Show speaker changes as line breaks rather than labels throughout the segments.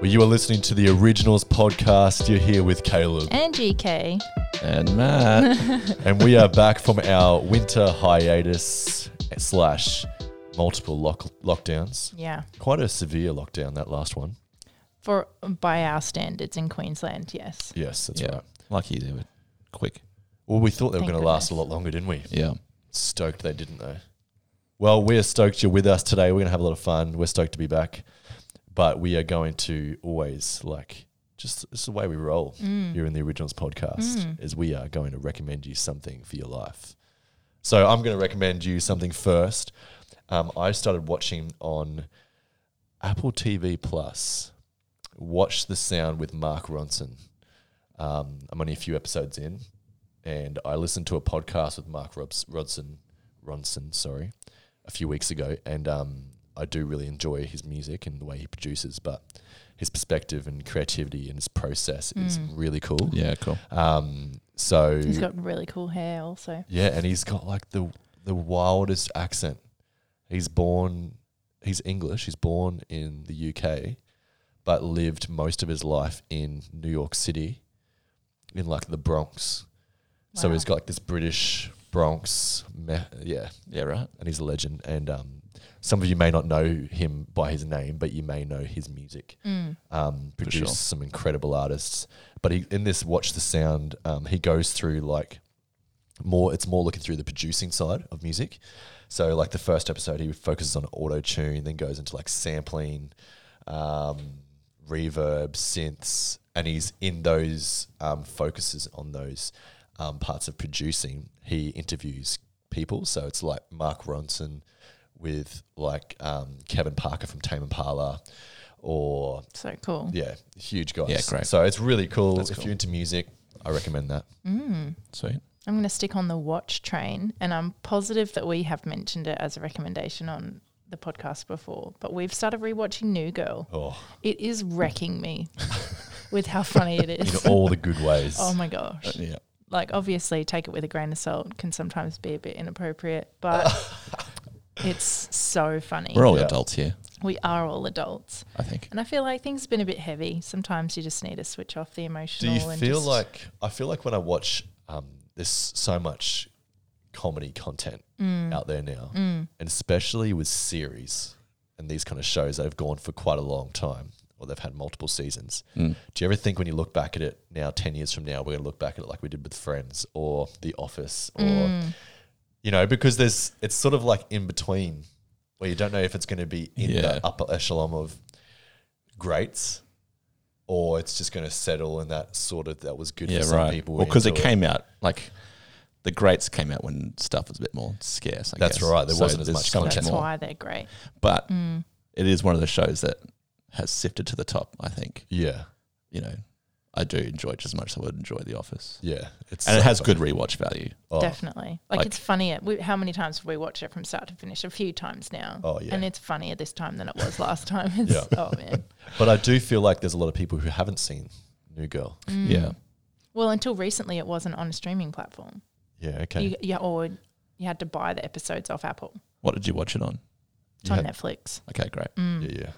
Well, you are listening to the Originals podcast. You're here with Caleb
And GK.
and Matt, and we are back from our winter hiatus slash multiple lock- lockdowns.
Yeah.
Quite a severe lockdown that last one.
For by our standards in Queensland, yes.
Yes, that's
Yeah.
right.
Lucky they were quick.
Well, we thought they were
Thank
going to last a lot
goodness.
longer, didn't we?
Yeah.
Stoked they didn't though. Well, we're stoked you're with us today. We're gonna have a lot of fun. We're stoked to be back, but we are going to always like just it's the way we roll
Mm.
here in the Originals podcast. Is we are going to recommend you something for your life. So I'm going to recommend you something first. Um, I started watching on Apple TV Plus. Watch the Sound with Mark Ronson. Um, I'm only a few episodes in, and I listened to a podcast with Mark Robs- Rodson, Ronson, sorry, a few weeks ago, and um, I do really enjoy his music and the way he produces, but his perspective and creativity and his process is really cool.
Yeah, cool.
Um, so
He's got really cool hair also.
yeah, and he's got like the the wildest accent. He's born, he's English. He's born in the UK, but lived most of his life in New York City, in like the Bronx. So
Wow.
he's got like this British Bronx, me- yeah,
Yeah, right.
and he's a legend. And um, some of you may not know him by his name, but you may know his music.
Mm.
Um,
For
produced
sure.
some incredible artists, but he, in this Watch the Sound, um, he goes through like more. It's more looking through the producing side of music. So like the first episode, he focuses on auto tune, then goes into like sampling, um, reverb, synths, and he's in those um, focuses on those um, parts of producing. He interviews people, so it's like Mark Ronson with like um, Kevin Parker from Tame Impala, or
So cool.
yeah, huge guys.
Yeah, great.
So it's really cool.
That's
if
cool.
you're into music, I recommend that.
Sweet.
Mm. I'm going to stick on the watch train, and I'm positive that we have mentioned it as a recommendation on the podcast before, but we've started rewatching New Girl.
Oh,
It is wrecking me with how funny it
in
is.
all the good ways.
Oh my gosh.
Uh, Yeah.
like obviously take it with a grain of salt can sometimes be a bit inappropriate but it's so funny
We're all
Yeah.
adults here,
We are all adults
I think.
and i feel like things have been a bit heavy sometimes you just need to switch off the
Do
emotional
you
and
feel
just-
like I feel like when I watch um, there's so much comedy content
Mm.
out there now, and especially with series and these kind of shows that have gone for quite a long time or they've had multiple seasons. Do you ever think when you look back at it now, ten years from now, we're going to look back at it like we did with Friends or The Office, or
mm,
you know, because there's it's sort of like in between where you don't know if it's going to be in
Yeah.
the upper echelon of greats or it's just going to settle in that sort of that was good
yeah,
for some
right.
people.
Well, because it
enjoy
came out like the greats came out when stuff was a bit more scarce. I
That's
guess.
right, there wasn't as
there's
much
so
content.
that's
more.
why they're great Mm,
But it is one of the shows that has sifted to the top. I think
Yeah,
you know, I do enjoy it just as much as I would enjoy The Office,
yeah, it's
and it
so
has
funny.
good rewatch value.
Oh,
definitely like,
Like-
it's funnier we, how many times have we watched it from start to finish a few times now
Oh, yeah.
and it's funnier this time than it was last time It's-
Yeah.
oh man
But I do feel like there's a lot of people who haven't seen New Girl.
Yeah,
Mm. well until recently it wasn't on a streaming platform
Yeah, okay.
you, you, or you had to buy the episodes off apple
what did you watch it on?
It's
You
on
had-
Netflix. Mm.
Okay, great.
yeah, yeah,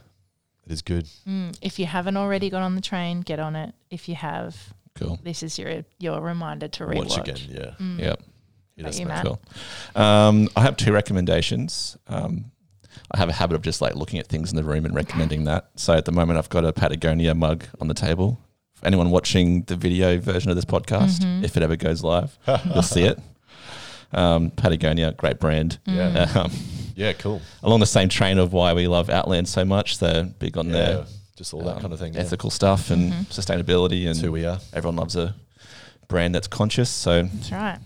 it is good.
If you haven't already got on the train, get on it. If you have,
Cool.
this is your your reminder to rewatch. Mm.
Watch again, yeah.
Yeah.
It
Like
is
you,
mad.
Matt?
Cool. Um, I have two recommendations. Um, I have a habit of just like looking at things in the room and recommending that. So at the moment, I've got a Patagonia mug on the table. For anyone watching the video version of this podcast, if it ever goes live, you'll see it. Um, Patagonia, great brand.
Mm,
Yeah,
Um,
yeah, cool.
along the same train of why we love Outland so much, they're big on
Yeah,
their
just all that
um,
kind of thing. yeah.
ethical stuff and sustainability,
That's who
and
we are.
everyone loves a brand that's conscious. So
That's right.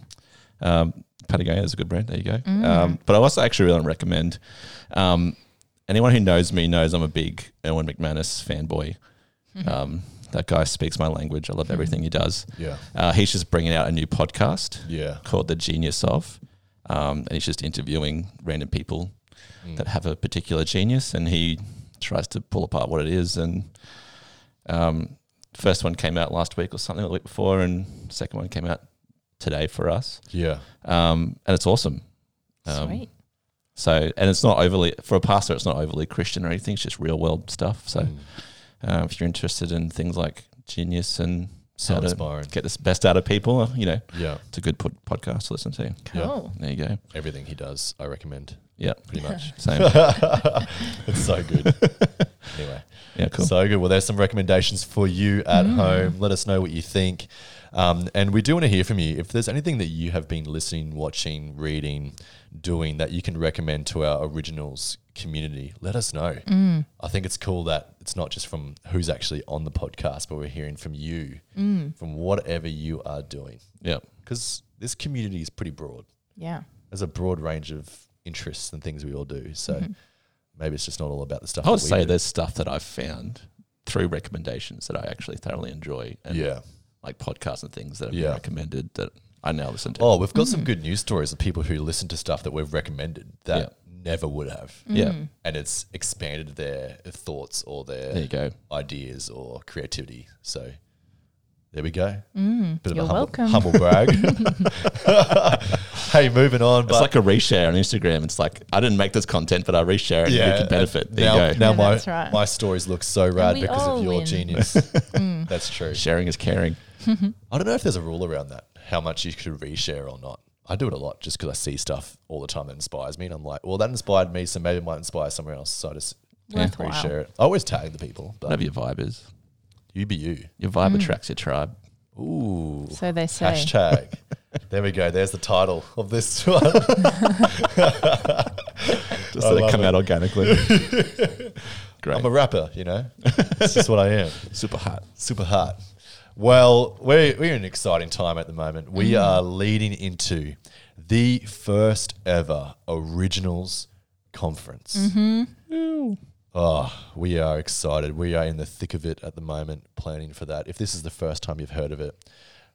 um, Patagonia is a good brand. There you go. Um, but I also actually really want to recommend um, anyone who knows me knows I'm a big Erwin McManus fanboy.
Mm-hmm.
Um, that guy speaks my language. I love everything he does.
Yeah,
Uh, he's just bringing out a new podcast
yeah,
called The Genius of, um, and he's just interviewing random people
Mm.
that have a particular genius, and he tries to pull apart what it is. And um, first one came out last week or something, or the week before, and second one came out today for us
yeah.
um, and it's awesome. Um,
Sweet.
So, and it's not overly for a pastor. It's not overly Christian or anything. It's just real world stuff. So,
Mm.
Uh, if you're interested in things like genius and how
Sounds
to
inspiring.
get the best out of people, uh, you know,
Yeah,
it's a good pod- podcast to listen to.
Yeah.
Cool.
There you go.
everything he does, I recommend
Yeah,
pretty much.
same.
it's so good. Anyway,
Yeah, cool. Mm.
so good. Well, there's some recommendations for you at home. Let us know what you think. Um, and we do want to hear from you. If there's anything that you have been listening, watching, reading, doing that you can recommend to our originals community, let us know.
Mm.
I think it's cool that it's not just from who's actually on the podcast, but we're hearing from you,
Mm.
from whatever you are doing.
yeah,
Because this community is pretty broad
Yeah.
there's a broad range of interests and things we all do. So
Mm-hmm.
maybe it's just not all about the stuff.
I would
that we
say
do.
there's stuff that I've found through recommendations that I actually thoroughly enjoy. And
yeah.
like podcasts and things that have
Yeah.
been recommended that I now listen to.
Oh, we've got
Mm.
some good news stories of people who listen to stuff that we've recommended that never would have,
yeah,
Mm.
and it's expanded their thoughts or their
there you go.
ideas or creativity. So there we go. Bit
Mm. You're
humble,
welcome.
humble brag. hey, moving on.
It's like a reshare on Instagram. It's like I didn't make this content, but I reshare it. and you can benefit. There
now,
you go.
Now
Yeah,
my
that's right.
my stories look so rad
we
because of
all
your
win. Mm.
genius. That's true.
Sharing is caring.
I don't know if there's a rule around that, how much you should reshare or not. I do it a lot just because I see stuff all the time that inspires me, and I'm like, well, that inspired me, so maybe it might inspire someone else. So I just
Worthwhile.
reshare it. I always tag the people, but
Whatever your vibe is,
you be you.
your vibe attracts your tribe.
Ooh,
So they say.
hashtag. there we go. There's the title of this one.
Just
I
let it
love
come
it.
out organically. Great.
I'm a rapper, you know. That's just what I am.
Super hot.
Super hot. Well, we're, we're in an exciting time at the moment. We are leading into the first ever Originals Conference. Oh, we are excited. We are in the thick of it at the moment, planning for that. If this is the first time you've heard of it,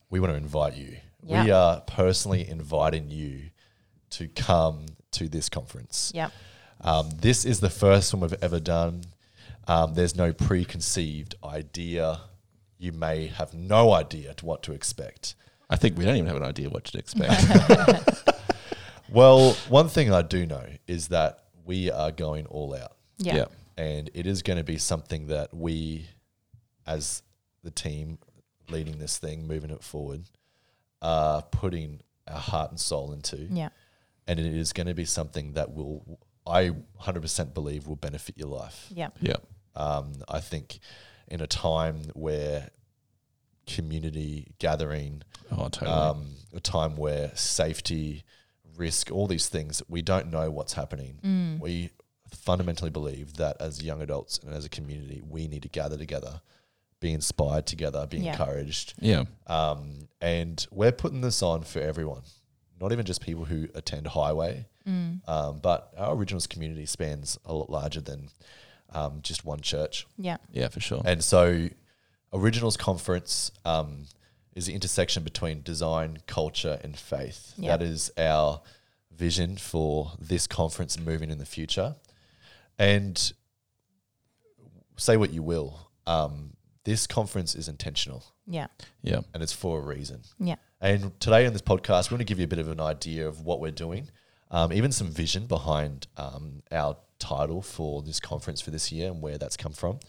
we want to invite you. We
Yeah.
are personally inviting you to come to this conference.
Yep.
Um, this is the first one we've ever done. Um, there's no preconceived idea. You may have no idea to what to expect.
I think we don't even have an idea what to expect.
Well, one thing I do know is that we are going all out,
Yeah.
Yeah.
and it is going to be something that we, as the team leading this thing, moving it forward, are putting our heart and soul into.
Yeah.
And it is going to be something that will, I 100% believe, will benefit your life.
Yeah.
yeah.
Um, I think in a time where community gathering,
Oh, totally.
um, a time where safety, risk, all these things, we don't know what's happening.
Mm-hmm. Mm.
We fundamentally believe that as young adults and as a community, we need to gather together, be inspired together, be
Yeah.
encouraged.
yeah.
Um, and we're putting this on for everyone, not even just people who attend Highway,
Mm.
um, but our Originals community spans a lot larger than um, just one church.
Yeah.
Yeah, for sure.
And so, Originals Conference um, is the intersection between design, culture, and faith.
Yeah.
That is our vision for this conference moving in the future. And say what you will, um, this conference is intentional
Yeah.
yeah.
and it's for a reason.
Yeah.
And today on this podcast, we want to give you a bit of an idea of what we're doing, um, even some vision behind um, our title for this conference for this year and where that's come from,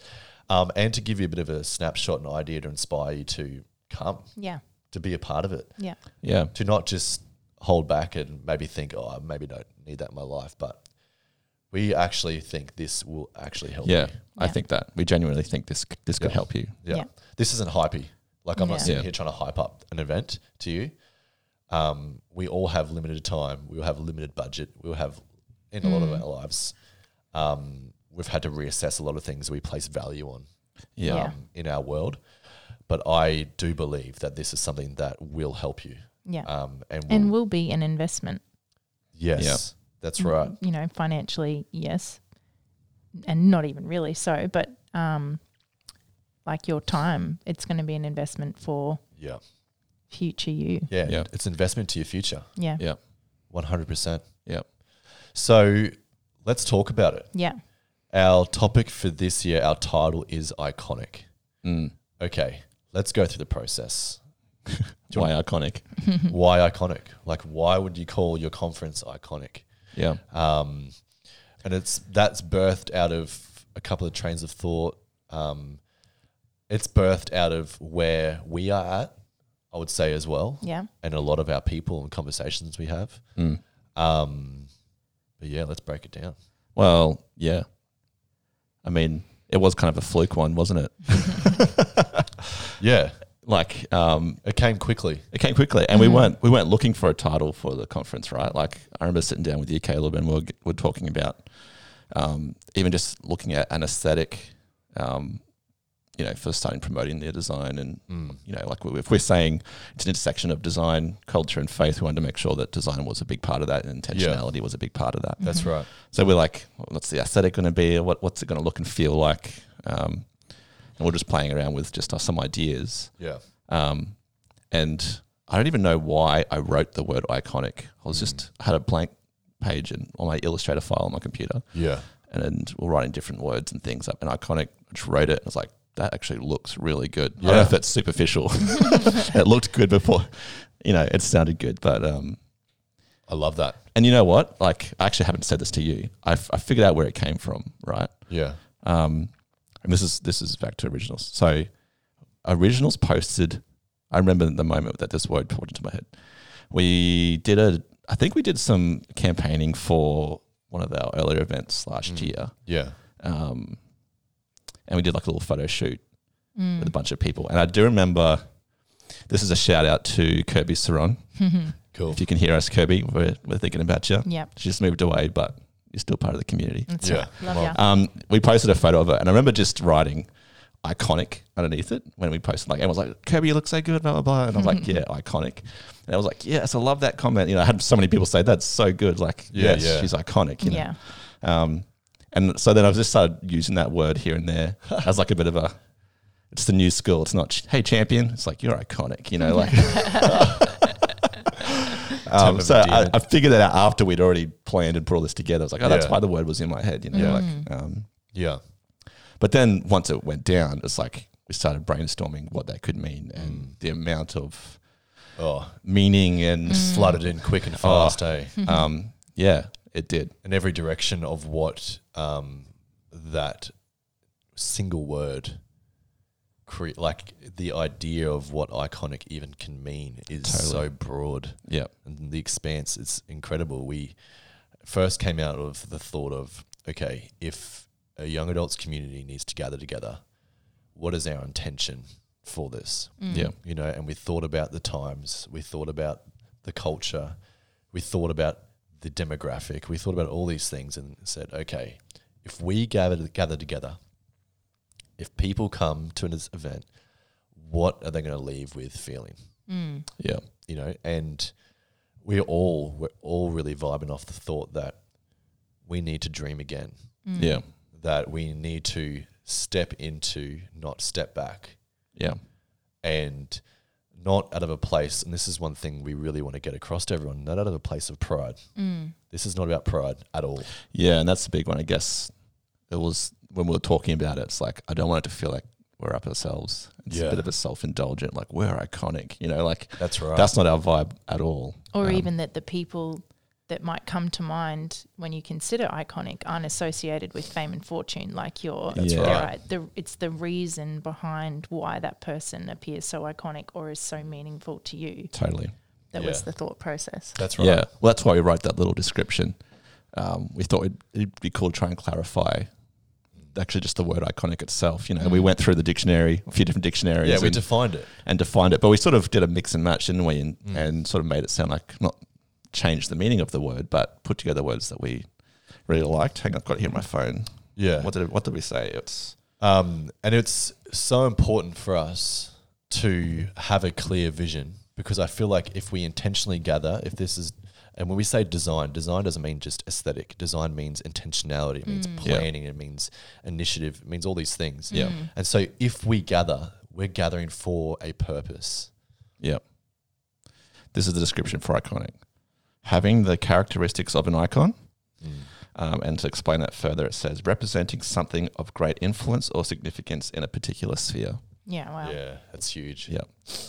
um, and to give you a bit of a snapshot and idea to inspire you to come,
Yeah.
to be a part of it,
Yeah.
Yeah.
to not just hold back and maybe think, oh, I maybe don't need that in my life, but we actually think this will actually help
Yeah.
you.
I
Yeah.
think that we genuinely think this this could
Yeah.
help you.
Yeah.
Yeah.
This isn't hypey. Like I'm not
Yeah.
sitting
Yeah.
here trying to hype up an event to you. Um, we all have limited time. We all have limited budget. We all have in a lot of our lives. Um, we've had to reassess a lot of things we place value on
Yeah.
Yeah.
um, in our world. But I do believe that this is something that will help you.
Yeah.
Um, and will,
and will be an investment.
yes,
Yeah.
that's right.
You know, financially, yes, and not even really so, but um, like your time, it's going to be an investment for
Yeah.
future you.
yeah,
Yeah.
It's investment to your future,
Yeah.
Yeah.
one hundred percent.
Yeah.
So let's talk about it.
Yeah.
Our topic for this year, our title is iconic.
Mm.
okay, let's go through the process.
Why iconic?
why iconic? Like, why would you call your conference iconic?
Yeah.
Um, and it's that's birthed out of a couple of trains of thought. Um, it's birthed out of where we are at, I would say as well,
Yeah.
and a lot of our people and conversations we have.
Mm.
Um, but yeah, let's break it down.
Well, yeah. I mean, it was kind of a fluke one, wasn't it?
Yeah,
Like, um,
it came quickly.
it came quickly, and we
Mhm.
weren't we weren't looking for a title for the conference, right? Like, I remember sitting down with you, Caleb, and we were, we are talking about um, even just looking at an aesthetic, um, you know, for starting promoting their design and
Mm.
you know, like if we're saying it's an intersection of design, culture, and faith, we wanted to make sure that design was a big part of that and intentionality was a big part of that.
That's
Mhm.
right.
So we're like, what's the aesthetic going to be? What, what's it going to look and feel like? Um, and we're just playing around with just uh, some ideas.
Yeah.
Um, and I don't even know why I wrote the word iconic. I was just I had a blank page and on my Illustrator file on my computer,
Yeah.
and, and we're writing different words and things up. And iconic, I just wrote it and I was like, that actually looks really good. I don't know
Yeah.
if it's superficial. it looked good before, you know, it sounded good, but um,
I love that.
and you know what? Like, I actually haven't said this to you. I, f- I figured out where it came from, right?
Yeah.
Um, and this is this is back to originals. So, originals posted. I remember the moment that this word popped into my head. We did a. I think we did some campaigning for one of our earlier events last
Mm.
year,
Yeah.
um, and we did like a little photo shoot
Mm.
with a bunch of people. And I do remember. This is a shout out to Kirby Saron.
Mm.
Cool.
If you can hear us, Kirby, we're, we're thinking about you.
yep.
She just moved away, but you're still part of the community.
That's
Yeah.
right. Love
Well,
ya.
Um, we posted a photo of it, and I remember just writing iconic underneath it when we posted. Like, everyone's like, Kirby, you look so good, blah, blah, blah. And I'm like, yeah, iconic. And I was like, yes, I love that comment. You know, I had so many people say, that's so good. Like,
Yeah,
yes,
yeah.
she's iconic. You know?
Yeah.
Um, and so then I just started using that word here and there as like a bit of a, it's the new school. It's not, hey, champion. It's like, you're iconic, you know, like.
Type
um,
of
so I,
endearment.
I figured that out after we'd already planned and put all this together. I was like, oh, that's
Yeah.
why the word was in my head, you know,
Yeah.
like, um,
Yeah.
but then once it went down, it's like we started brainstorming what that could mean and
Mm.
the amount of
Oh,
meaning and
flooded in quick
Mm.
and fast, eh?
um, yeah, it did.
in every direction of what um, that single word cre- like the idea of what iconic even can mean is so broad
Yeah,
and the expanse is incredible we first came out of the thought of okay if a young adults community needs to gather together what is our intention for this
Mm.
yeah,
you know, and we thought about the times, we thought about the culture, we thought about the demographic, we thought about all these things and said, okay, if we gather, gather together, if people come to an is- event, what are they going to leave with feeling?
Mm.
yeah,
You know, and we all we're all really vibing off the thought that we need to dream again,
Mm.
yeah,
that we need to step into, not step back.
yeah,
and not out of a place. And this is one thing we really want to get across to everyone not out of a place of pride.
Mm.
This is not about pride at all.
yeah. And that's the big one, I guess. It was when we were talking about it. It's like I don't want it to feel like we're up ourselves. It's a
Yeah.
bit of a self-indulgent, like we're iconic. You know, like
That's right.
that's not our vibe at all.
Or
Um,
even that the people that might come to mind when you consider iconic aren't associated with fame and fortune like your
That's
they're
right.
The, it's the reason behind why that person appears so iconic or is so meaningful to you.
totally.
That
Yeah.
was the thought process.
that's right.
Yeah. Well, that's why we wrote that little description. Um, we thought it'd, it'd be cool to try and clarify actually just the word iconic itself. You know, we went through the dictionary, a few different dictionaries,
Mm. Yeah, we
and,
defined it.
and defined it, but we sort of did a mix and match, didn't we?
Mm.
And, and sort of made it sound like not changed the meaning of the word, but put together words that we really liked. Hang on, I've got it here on my phone.
Yeah.
What did, what did we say? It's
Um, and it's so important for us to have a clear vision because I feel like if we intentionally gather, if this is, and when we say design, design doesn't mean just aesthetic. Design means intentionality, it means
Yeah.
planning, it means initiative, it means all these things.
Yeah.
Mm.
And so if we gather, we're gathering for a purpose.
Yeah. This is the description for iconic. Having the characteristics of an icon.
Mm.
Um, and to explain that further, it says representing something of great influence or significance in a particular sphere.
Yeah, wow.
Yeah, that's huge.
Yeah.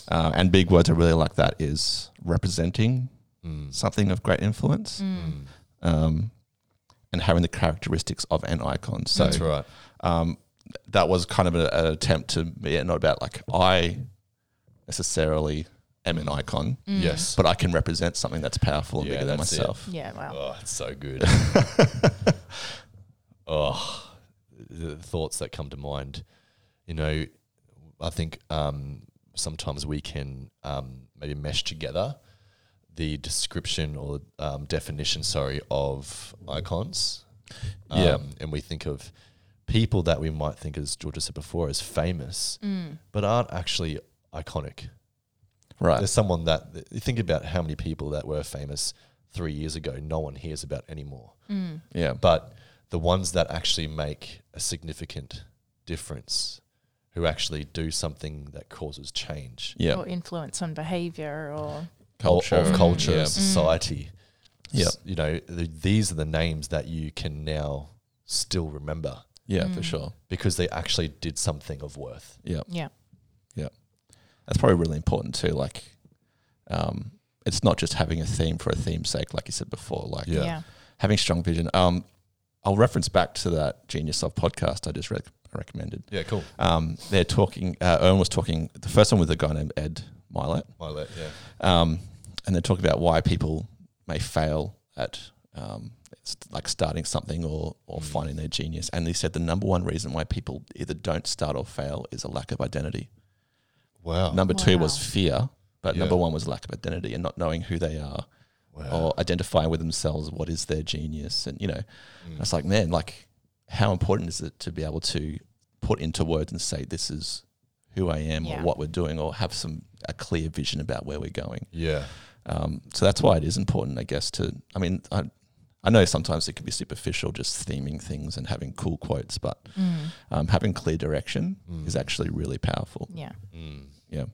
Uh, and big words I really like that is representing
Mm.
something of great influence
Mm.
um, and having the characteristics of an icon. So
That's right.
um, that was kind of a- an attempt to yeah, not about like I necessarily am an icon,
Mm.
Yes.
but I can represent something that's powerful and
Yeah,
bigger than
that's it.
myself.
Yeah, wow.
Oh, it's so good. oh, the thoughts that come to mind. You know, I think um, sometimes we can um, maybe mesh together the description or um, definition, sorry, of icons.
Yeah.
Um, And we think of people that we might think, as Georgia said before, as famous,
Mm.
but aren't actually iconic
Right.
there's someone that th- think about how many people that were famous three years ago no one hears about anymore
Mm.
yeah.
but the ones that actually make a significant difference who actually do something that causes change
Yeah.
Or influence on behavior or
of- of culture
Mm-hmm. Yeah.
society
Yeah.
S- you know th these are the names that you can now still remember
Yeah,
Mm.
for sure.
because they actually did something of worth
Yeah.
yeah.
That's probably really important too. Like, um, it's not just having a theme for a theme's sake, like you said before. Like,
Yeah.
Yeah.
having strong vision. Um, I'll reference back to that Genius of podcast I just rec- recommended.
yeah cool
Um, they're talking. Uh, Owen was talking the first one with a guy named Ed Milet,
Milet, yeah
um, and they talk about why people may fail at um, s- like starting something or or
Mm.
finding their genius. And they said the number one reason why people either don't start or fail is a lack of identity.
wow
number two
Wow.
was fear, but
Oh, Yeah.
number one was lack of identity and not knowing who they are
wow
or identifying with themselves what is their genius. And you know,
Mm.
it's like, man, like how important is it to be able to put into words and say this is who I am
Yeah.
or what we're doing or have some a clear vision about where we're going.
yeah
Um, so that's why it is important, I guess, to I mean, I I know sometimes it can be superficial just theming things and having cool quotes, but
Mm.
um, having clear direction
Mm.
is actually really powerful.
Yeah.
Mm.
Yeah.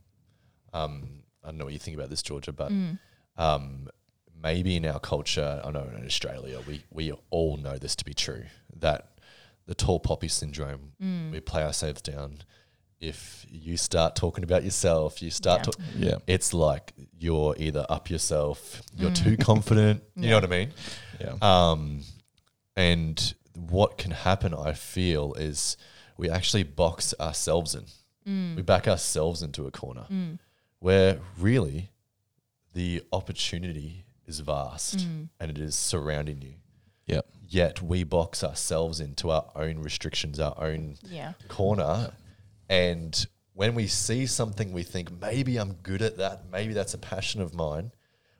Um, I don't know what you think about this, Georgia, but
Mm.
um, maybe in our culture, I know in Australia, we, we all know this to be true that the tall poppy syndrome,
Mm.
we play ourselves down. If you start talking about yourself, you start
Yeah.
talking
Yeah.
it's like you're either up yourself, you're
Mm.
too confident. You know what I mean?
Yeah.
Um, and what can happen, I feel, is we actually box ourselves in. We back ourselves into a corner
mm,
where really the opportunity is vast and it is surrounding you.
Yeah.
Yet we box ourselves into our own restrictions, our own
Yeah.
corner and when we see something we think maybe I'm good at that, maybe that's a passion of mine,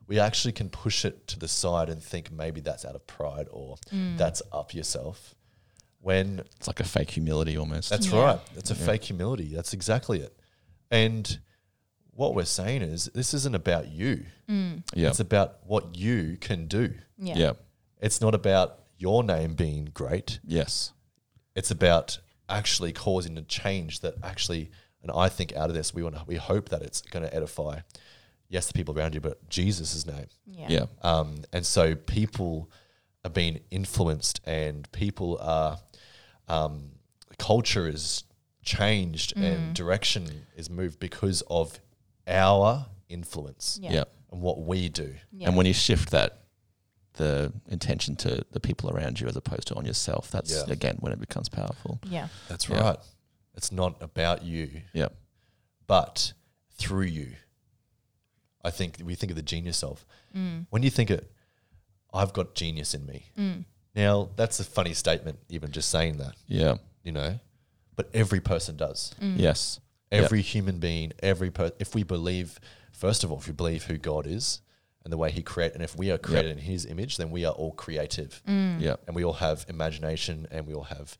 we actually can push it to the side and think maybe that's out of pride or that's up yourself. When
It's like a fake humility almost.
that's
Yeah.
right, that's a fake humility. That's exactly it. And what we're saying is this isn't about you.
yeah.
It's about what you can do.
Yeah.
yeah.
It's not about your name being great.
Yes.
it's about actually causing a change that actually and i think out of this we want to we hope that it's going to edify yes the people around you but jesus' name
Yeah.
Yeah.
um, and so people are being influenced and people are um, culture is changed and direction is moved because of our influence
Yeah.
Yeah.
and what we do
Yeah.
And when you shift that, the intention to the people around you as opposed to on yourself, that's
Yeah.
again when it becomes powerful.
Yeah.
that's
Yeah.
right it's not about you
Yeah.
but through you. I think we think of the genius of.
Mm,
When you think it, I've got genius in me. Now, that's a funny statement, even just saying that,
Yeah.
you know, but every person does.
Yes. Mm. Yeah.
Every human being, every person, if we believe, first of all, if we believe who God is and the way he created, and if we are created in his image, then we are all creative
Yeah.
and we all have imagination and we all have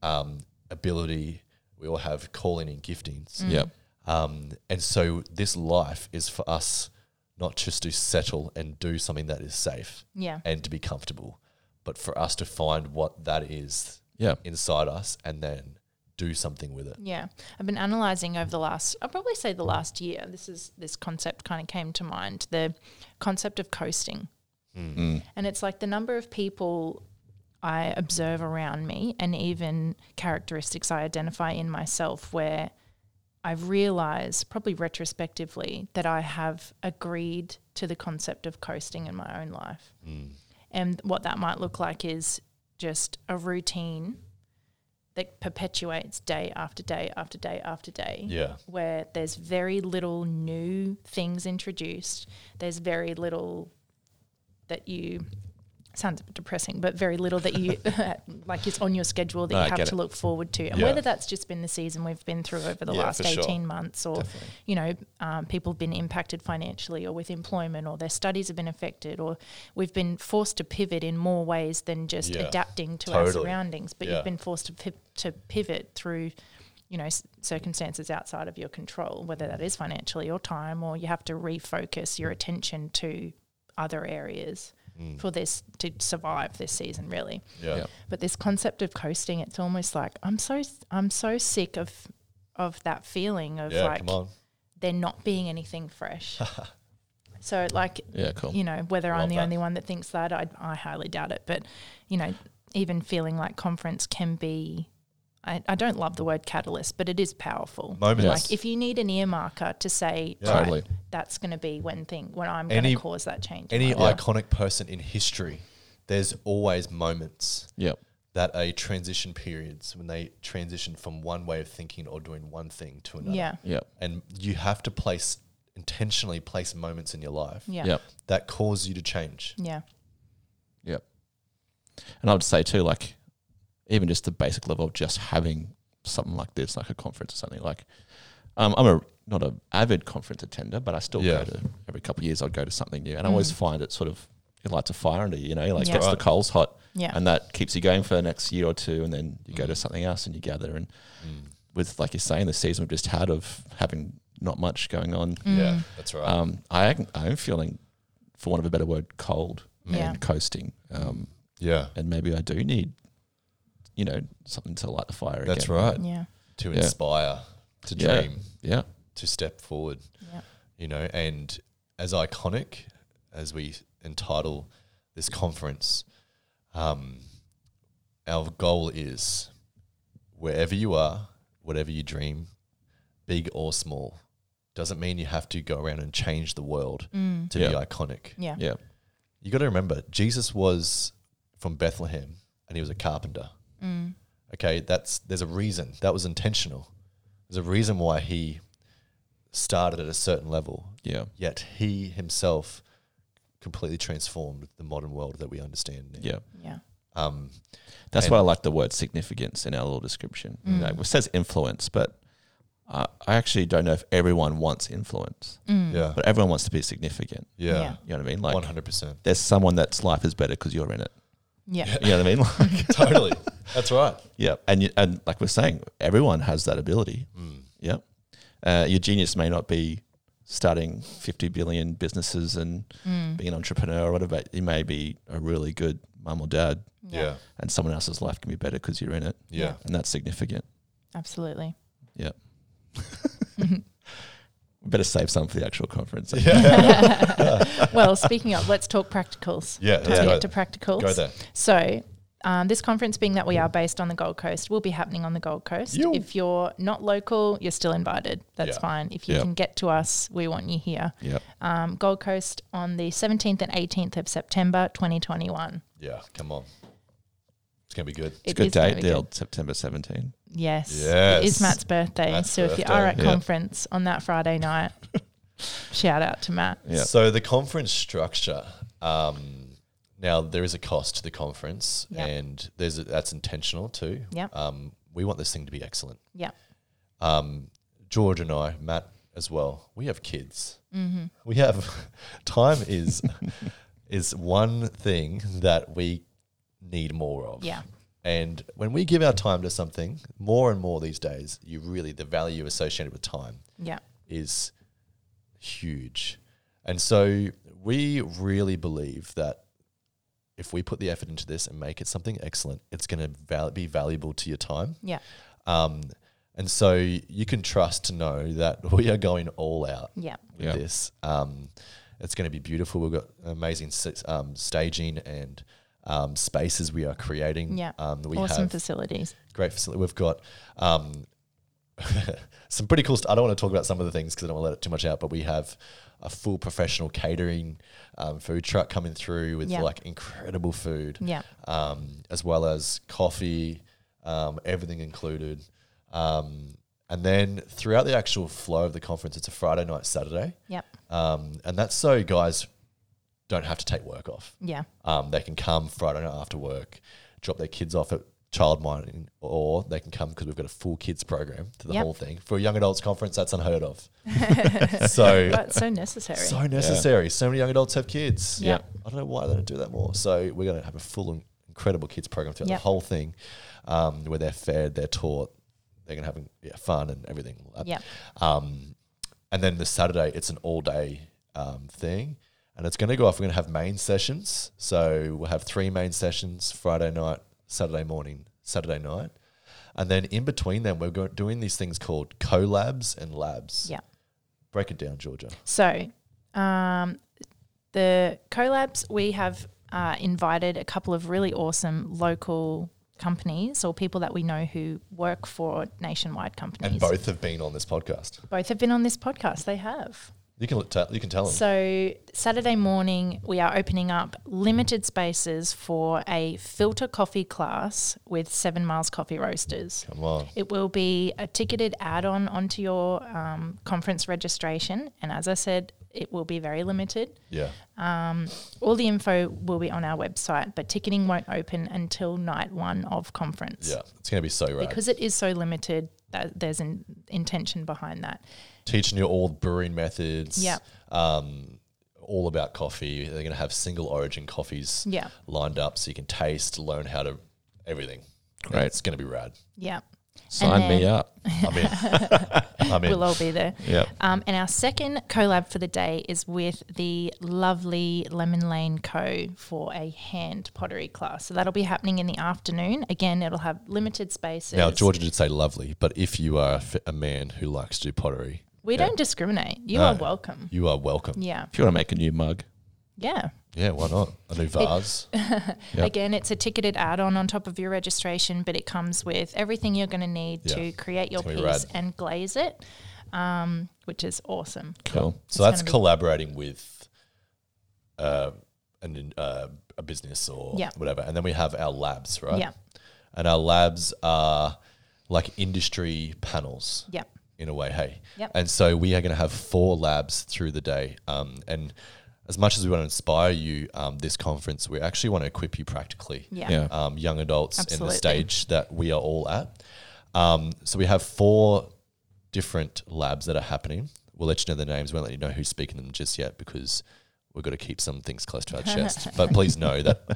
um, ability, we all have calling and giftings.
Mm.
Yeah.
Um, and so this life is for us not just to settle and do something that is safe
Yeah.
and to be comfortable, but for us to find what that is
Yeah.
inside us and then do something with it.
Yeah. I've been analyzing over the last, I'll probably say the last year, this is this concept kind of came to mind the concept of coasting. And it's like the number of people I observe around me and even characteristics I identify in myself where I've realized, probably retrospectively, that I have agreed to the concept of coasting in my own life.
Mm.
And what that might look like is just a routine that perpetuates day after day after day after day
Yeah.
where there's very little new things introduced. There's very little that you sounds a bit depressing, but very little that you like is on your schedule that
No, I
you have
get
to
it.
look forward to. And
Yeah.
whether that's just been the season we've been through over the
Yeah,
last
for sure.
eighteen months, or
Definitely.
you know, um, people have been impacted financially or with employment, or their studies have been affected, or we've been forced to pivot in more ways than just
Yeah.
adapting to our
Totally.
surroundings. But
Yeah.
you've been forced to piv- to pivot through you know, s- circumstances outside of your control, whether that is financially or time, or you have to refocus your attention to other areas
Mm.
for this to survive this season, really.
Yeah.
Yeah.
But this concept of coasting, it's almost like I'm so I'm so sick of of that feeling of
Yeah,
like
come on.
there not being anything fresh. so like
Yeah, cool.
you know, whether
Love
I'm the
that.
only one that thinks that, I, I highly doubt it. But, you know, even feeling like conference can be, I, I don't love the word catalyst, but it is powerful.
Moments.
Yes.
Like if you need an earmarker to say,
Yeah.
right,
Totally.
that's going to be when thing, when I'm going
Any-
to cause that change. in
Any
my life.
iconic person in history, there's always moments
Yep.
that are transition periods when they transition from one way of thinking or doing one thing to another.
yeah.
Yep.
And you have to place intentionally place moments in your life
Yeah.
Yep.
that cause you to change.
Yeah.
Yep. And I would say too, like, even just the basic level of just having something like this, like a conference or something. Like, um, I'm a not an avid conference attender, but I still
Yeah.
go to every couple of years. I'll go to something new, and I always find it sort of it lights a fire under you. You know, like
Mm. Yeah.
gets
Right.
the coals hot,
Yeah.
and that keeps you going for the next year or two, and then you
Mm.
go to something else and you gather. And with like you're saying, the season we've just had of having not much going on,
Mm.
Yeah, that's right.
um, I ac- I'm feeling, for want of a better word, cold
Yeah.
and coasting. Um,
Mm. yeah,
and maybe I do need, you know, something to light the fire.
that's
again.
right.
Yeah.
To
Yeah.
inspire, to
Yeah.
dream,
Yeah,
to step forward.
Yeah.
you know, and as iconic as we entitle this conference, um, our goal is wherever you are, whatever you dream, big or small, doesn't mean you have to go around and change the world to be
Yeah.
iconic.
Mm. Yeah.
yeah,
You got to remember, Jesus was from Bethlehem and he was a carpenter.
Mm.
Okay, that's there's a reason that was intentional. There's a reason why he started at a certain level
yeah,
yet he himself completely transformed the modern world that we understand now.
yeah.
Yeah.
Um,
That's
And-
why I like the word significance in our little description. You know, it says influence, but I, I actually don't know if everyone wants influence,
Mm.
yeah,
Mm. but everyone wants to be significant.
yeah,
You know what I mean?
one
Like,
hundred percent,
there's someone that's life is better because you're in it.
Yeah.
You know what I mean? Like,
totally. That's right.
yeah, and you, and like we're saying, everyone has that ability.
Mm,
Yeah, uh, your genius may not be starting 50 billion businesses and
Mm.
being an entrepreneur or whatever. You may be a really good mum or dad,
Yeah, yeah,
and someone else's life can be better because you're in it,
yeah.
and that's significant.
Absolutely.
Yeah, we better save some for the actual conference.
well, speaking of, let's talk practicals.
let's
Time to
go,
get to practicals.
go there.
So, um, this conference, being that we are based on the Gold Coast, will be happening on the Gold Coast.
Yo.
If you're not local, you're still invited. That's
Yeah.
fine. If you
Yeah.
can get to us, we want you here.
Yeah,
Um, Gold Coast on the 17th and 18th of September 2021.
Yeah, come on, it's gonna be good.
it's
It
a good
is gonna
date
be
deal. September 17.
good. Yes. It
Yes.
is Matt's birthday.
Matt's
so, if you are at
birthday.
Yeah.
conference on that Friday night, shout out to Matt.
Yeah.
So the conference structure. Um, now there is a cost to the conference,
Yeah.
and there's a, that's intentional too.
Yeah.
Um, we want this thing to be excellent.
Yeah.
um, George and I, Matt as well, we have kids. Mm-hmm. We have time is is one thing that we need more of.
Yeah.
And when we give our time to something, more and more these days, you really the value associated with time
Yeah.
is huge. And so we really believe that if we put the effort into this and make it something excellent, it's going to val- be valuable to your time.
Yeah.
Um, and so you can trust to know that we are going all out
Yeah.
with
Yeah.
this. Um, it's going to be beautiful. We've got amazing s- um, staging and um, spaces we are creating.
Yeah.
Um, we
awesome
have
facilities.
great facility. We've got um, some pretty cool. St- I don't want to talk about some of the things because I don't want to let it too much out. But we have a full professional catering um, food truck coming through with
Yeah.
like incredible food
Yeah.
um, as well as coffee, um, everything included. Um, and then throughout the actual flow of the conference, it's a Friday night, Saturday.
Yep.
Um, and that's so guys don't have to take work off.
Yeah.
Um, they can come Friday night after work, drop their kids off at child mining, or they can come because we've got a full kids program to the
Yep.
whole thing. For a young adults conference, that's unheard of. so
But it's so necessary.
so necessary. So many young adults have kids.
Yeah.
I don't know why they don't do that more. So we're going to have a full and incredible kids program throughout
Yeah.
the whole thing, um, where they're fed, they're taught, they're going to have yeah, fun and everything.
Yeah.
Um, and then the Saturday, it's an all day um, thing. And it's going to go off. We're going to have main sessions. So we'll have three main sessions Friday night, Saturday morning, Saturday night. And then in between them, we're go- doing these things called collabs and labs.
Yeah.
Break it down, Georgia.
So, um, the collabs, we have uh, invited a couple of really awesome local companies or people that we know who work for nationwide companies.
And both have been on this podcast.
Both have been on this podcast. They have.
You can tell, you can tell them.
So, Saturday morning, we are opening up limited spaces for a filter coffee class with Seven Miles Coffee Roasters.
Come on.
It will be a ticketed add on onto your um, conference registration. And as I said, it will be very limited.
Yeah.
All the info will be on our website, but ticketing won't open until night one of conference.
Yeah. It's going to be so rad.
Because it is so limited, that there's an intention behind that.
Teaching you all the brewing methods.
Yeah.
Um, all about coffee. They're going to have single origin coffees
Yeah.
lined up so you can taste, learn how to everything. And
Great.
It's going to be rad.
Yeah.
Sign me
then-
up.
I'm in. I'm in.
We'll all be there.
Yeah.
Um, and our second collab for the day is with the lovely Lemon Lane Co. for a hand pottery class. So that'll be happening in the afternoon. Again, it'll have limited spaces.
now, Georgia did say lovely, but if you are a f- a man who likes to do pottery,
we
yeah.
don't discriminate. You
No.
are welcome.
you are welcome.
Yeah.
If you want to make a new mug,
Yeah.
Yeah, why not? A new vase.
Yep.
Again, it's a ticketed add on on top of your registration, but it comes with everything you're going to need
Yeah.
to create your
gonna
piece
be rad.
and glaze it, um, which is awesome.
cool.
So
It's
that's
gonna be-
collaborating with uh, an, uh, a business or
Yeah.
whatever. And then we have our labs, right?
Yeah.
And our labs are like industry panels
Yep.
in a way, hey?
Yep.
And so we are going to have four labs through the day. Um, and as much as we want to inspire you um, this conference, we actually want to equip you practically
Yeah.
Yeah.
um, young adults in
Absolutely.
the stage that we are all at. Um, so we have four different labs that are happening. We'll let you know the names. We won't let you know who's speaking them just yet because we've got to keep some things close to our chest. But please know that,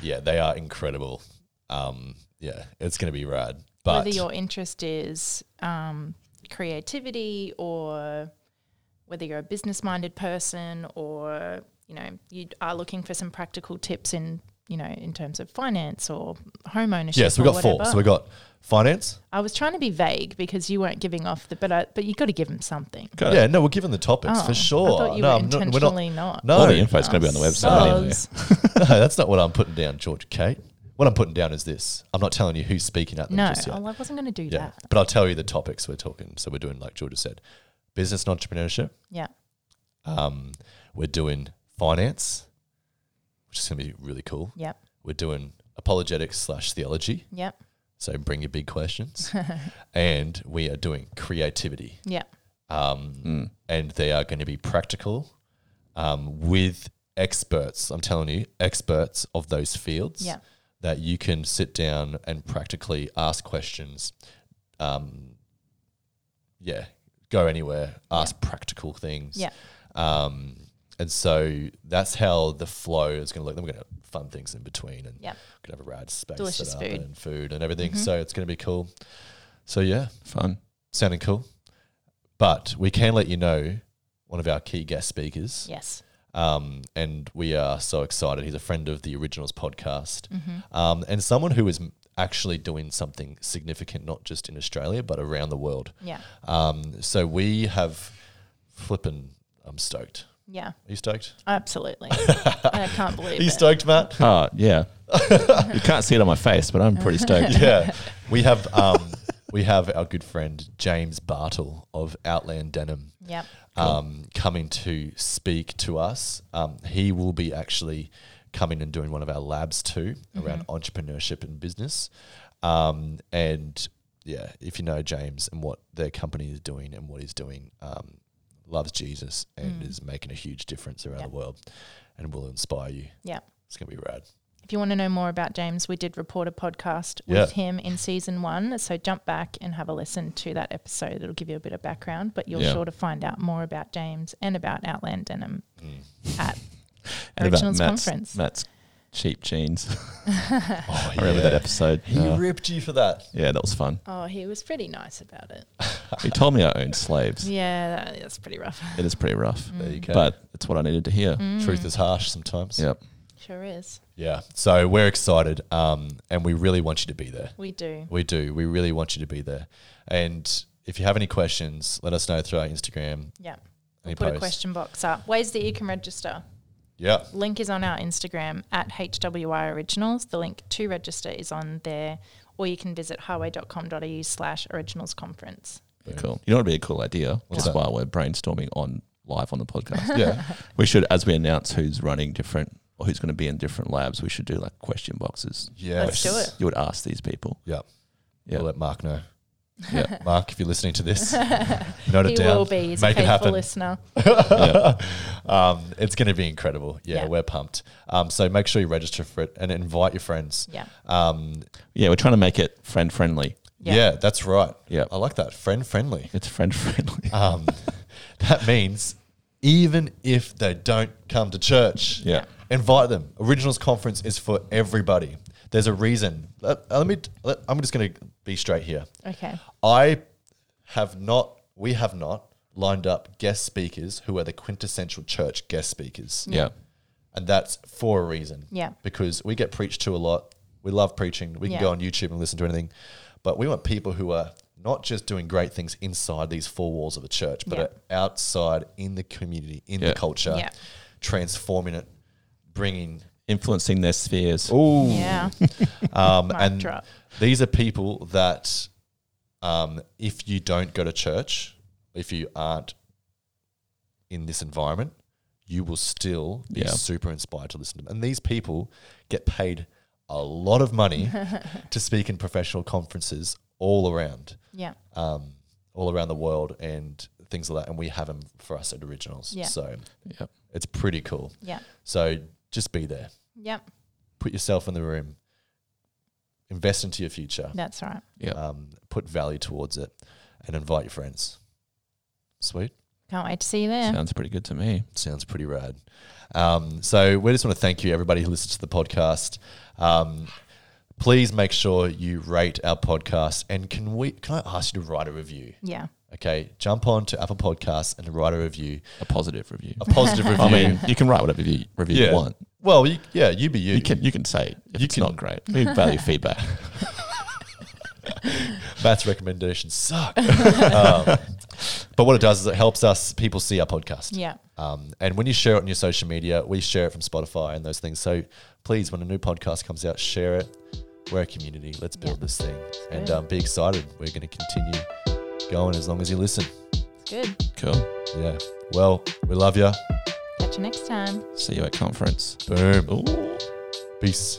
yeah, they are incredible. Um, yeah, it's going to be rad. But
whether your interest is um, creativity or whether you're a business minded person or you know you are looking for some practical tips in you know in terms of finance or home ownership
yes,
or
we've got
whatever.
four. So we've got finance.
I was trying to be vague because you weren't giving off the but I, but you got to give them something
Got it.
Yeah, no, we're given the topics
Oh,
for sure.
I thought you
no,
were
I'm not-
intentionally not,
No,
All the info is going to be on the website. anyway. uh,
Soz.
no, that's not what I'm putting down, George Kate. What I'm putting down is this. I'm not telling you who's speaking at them
no oh,
just yet.
I wasn't going to do
Yeah.
that
But I'll tell you the topics we're talking. So we're doing, like Georgia said, business and entrepreneurship.
yeah
Um, we're doing finance, which is going to be really cool.
yeah
We're doing apologetics slash theology.
yeah
So bring your big questions. and we are doing creativity.
yeah
Um,
Mm.
And they are going to be practical um, with experts. I'm telling you, experts of those fields
yeah
that you can sit down and practically ask questions. Um, yeah, go anywhere, ask practical things.
Yeah.
Um, and so that's how the flow is going to look. Then we're going to have fun things in between and
Yeah.
we're going to have a rad space
Delicious
set up
food. Mm-hmm.
and food and everything. So it's going to be cool. So yeah,
Fun.
sounding cool. But we can let you know one of our key guest speakers
yes
um, and we are so excited. He's a friend of the Originals podcast,
Mm-hmm.
um, and someone who is m- actually doing something significant, not just in Australia but around the world.
yeah
Um, so we have flipping. I'm stoked.
yeah
Are you stoked?
absolutely I can't believe
Are you
it
stoked, Matt?
Oh, yeah. you can't see it on my face, but I'm pretty stoked.
yeah, we have um, we have our good friend James Bartle of Outland Denim
yeah
um, coming to speak to us. Um, he will be actually coming and doing one of our labs too
Mm-hmm.
around entrepreneurship and business. Um, and yeah, if you know James and what their company is doing and what he's doing, um, loves Jesus and
Mm.
is making a huge difference around
Yep.
the world and will inspire you.
Yep.
It's going to be rad.
If you want to know more about James, we did record a podcast
Yeah.
with him in season one. So jump back and have a listen to that episode. It'll give you a bit of background, but you're
Yeah.
sure to find out more about James and about Outland Denim
Mm.
at
And about
Originals
Matt's-
Conference.
Matt's cheap jeans.
Oh,
I remember that episode.
He
Yeah.
ripped you for that.
yeah, that was fun.
Oh, he was pretty nice about it.
He told me I owned slaves.
Yeah, that, that's pretty rough.
It is pretty rough,
Mm.
There you go.
but it's what I needed to hear.
Truth is harsh sometimes.
Yep.
Sure is.
Yeah. So we're excited um, and we really want you to be there.
We do.
We do. We really want you to be there. And if you have any questions, let us know through our Instagram.
Yeah.
Any
Put a
posts.
question box up. Ways that you can register.
Yeah.
Link is on our Instagram at HWI Originals. The link to register is on there, or you can visit highway.com.au slash originals conference.
Cool. You know what would be a cool idea?
What's
just
that?
while we're brainstorming on live on the podcast.
Yeah.
we should, as we announce who's running different or who's going to be in different labs, we should do like question boxes.
yeah.
Let's do it.
You would ask these people.
Yeah.
Yeah.
We'll let Mark know.
Yeah.
Mark, if you're listening to this, note
he
it down.
will be. He's
Make
a
it happen.
faithful listener.
um, it's going to be incredible. Yeah,
Yeah.
We're pumped. Um, so make sure you register for it and invite your friends.
Yeah.
Um,
Yeah, we're trying to make it friend friendly.
Yeah.
yeah. That's right.
Yeah.
I like that. Friend friendly.
It's friend friendly.
Um, that means even if they don't come to church,
Yeah.
invite them. Originals conference is for everybody. There's a reason. Let, uh, let me. Let, I'm just going to be straight here.
Okay.
I have not. We have not lined up guest speakers who are the quintessential church guest speakers,
yeah.
and that's for a reason.
Yeah.
because we get preached to a lot. We love preaching. We
Yeah.
can go on YouTube and listen to anything, but we want people who are not just doing great things inside these four walls of a church, but
Yeah.
are outside in the community, in
Yeah.
the culture,
Yeah.
transforming it, bringing.
Influencing their spheres.
Ooh,
Yeah.
um,
Mic
and
drop.
these are people that, um, if you don't go to church, if you aren't in this environment, you will still be
Yeah.
super inspired to listen to them. And these people get paid a lot of money to speak in professional conferences all around,
Yeah.
um, all around the world, and things like that. And we have them for us at Originals,
Yeah.
so
Yep.
it's pretty cool.
Yeah.
So just be there,
Yep.
put yourself in the room, invest into your future
That's right.
Yep.
um, put value towards it and invite your friends. Sweet.
Can't wait to see you there.
Sounds pretty good to me.
Sounds pretty rad. Um, so we just want to thank you, everybody who listens to the podcast. Um, please make sure you rate our podcast. And can we? Can I ask you to write a review?
yeah.
Okay, jump on to Apple Podcasts and write a review,
A positive review.
a positive review.
I mean, you can write whatever you, review
Yeah.
you want.
well, you, yeah, you be
You can you can say if
You
it's
can-
not great. We value feedback.
Matt's recommendations suck. um, but what it does is it helps us people see our podcast.
Yeah.
Um, and when you share it on your social media, we share it from Spotify and those things. So please, when a new podcast comes out, share it. We're a community. Let's build
Yeah.
this thing and
good.
um, be excited. We're going to continue going as long as you listen.
It's good.
Cool.
Yeah. Well, we love you.
Catch you next time.
See you at conference.
Boom.
Ooh.
Peace.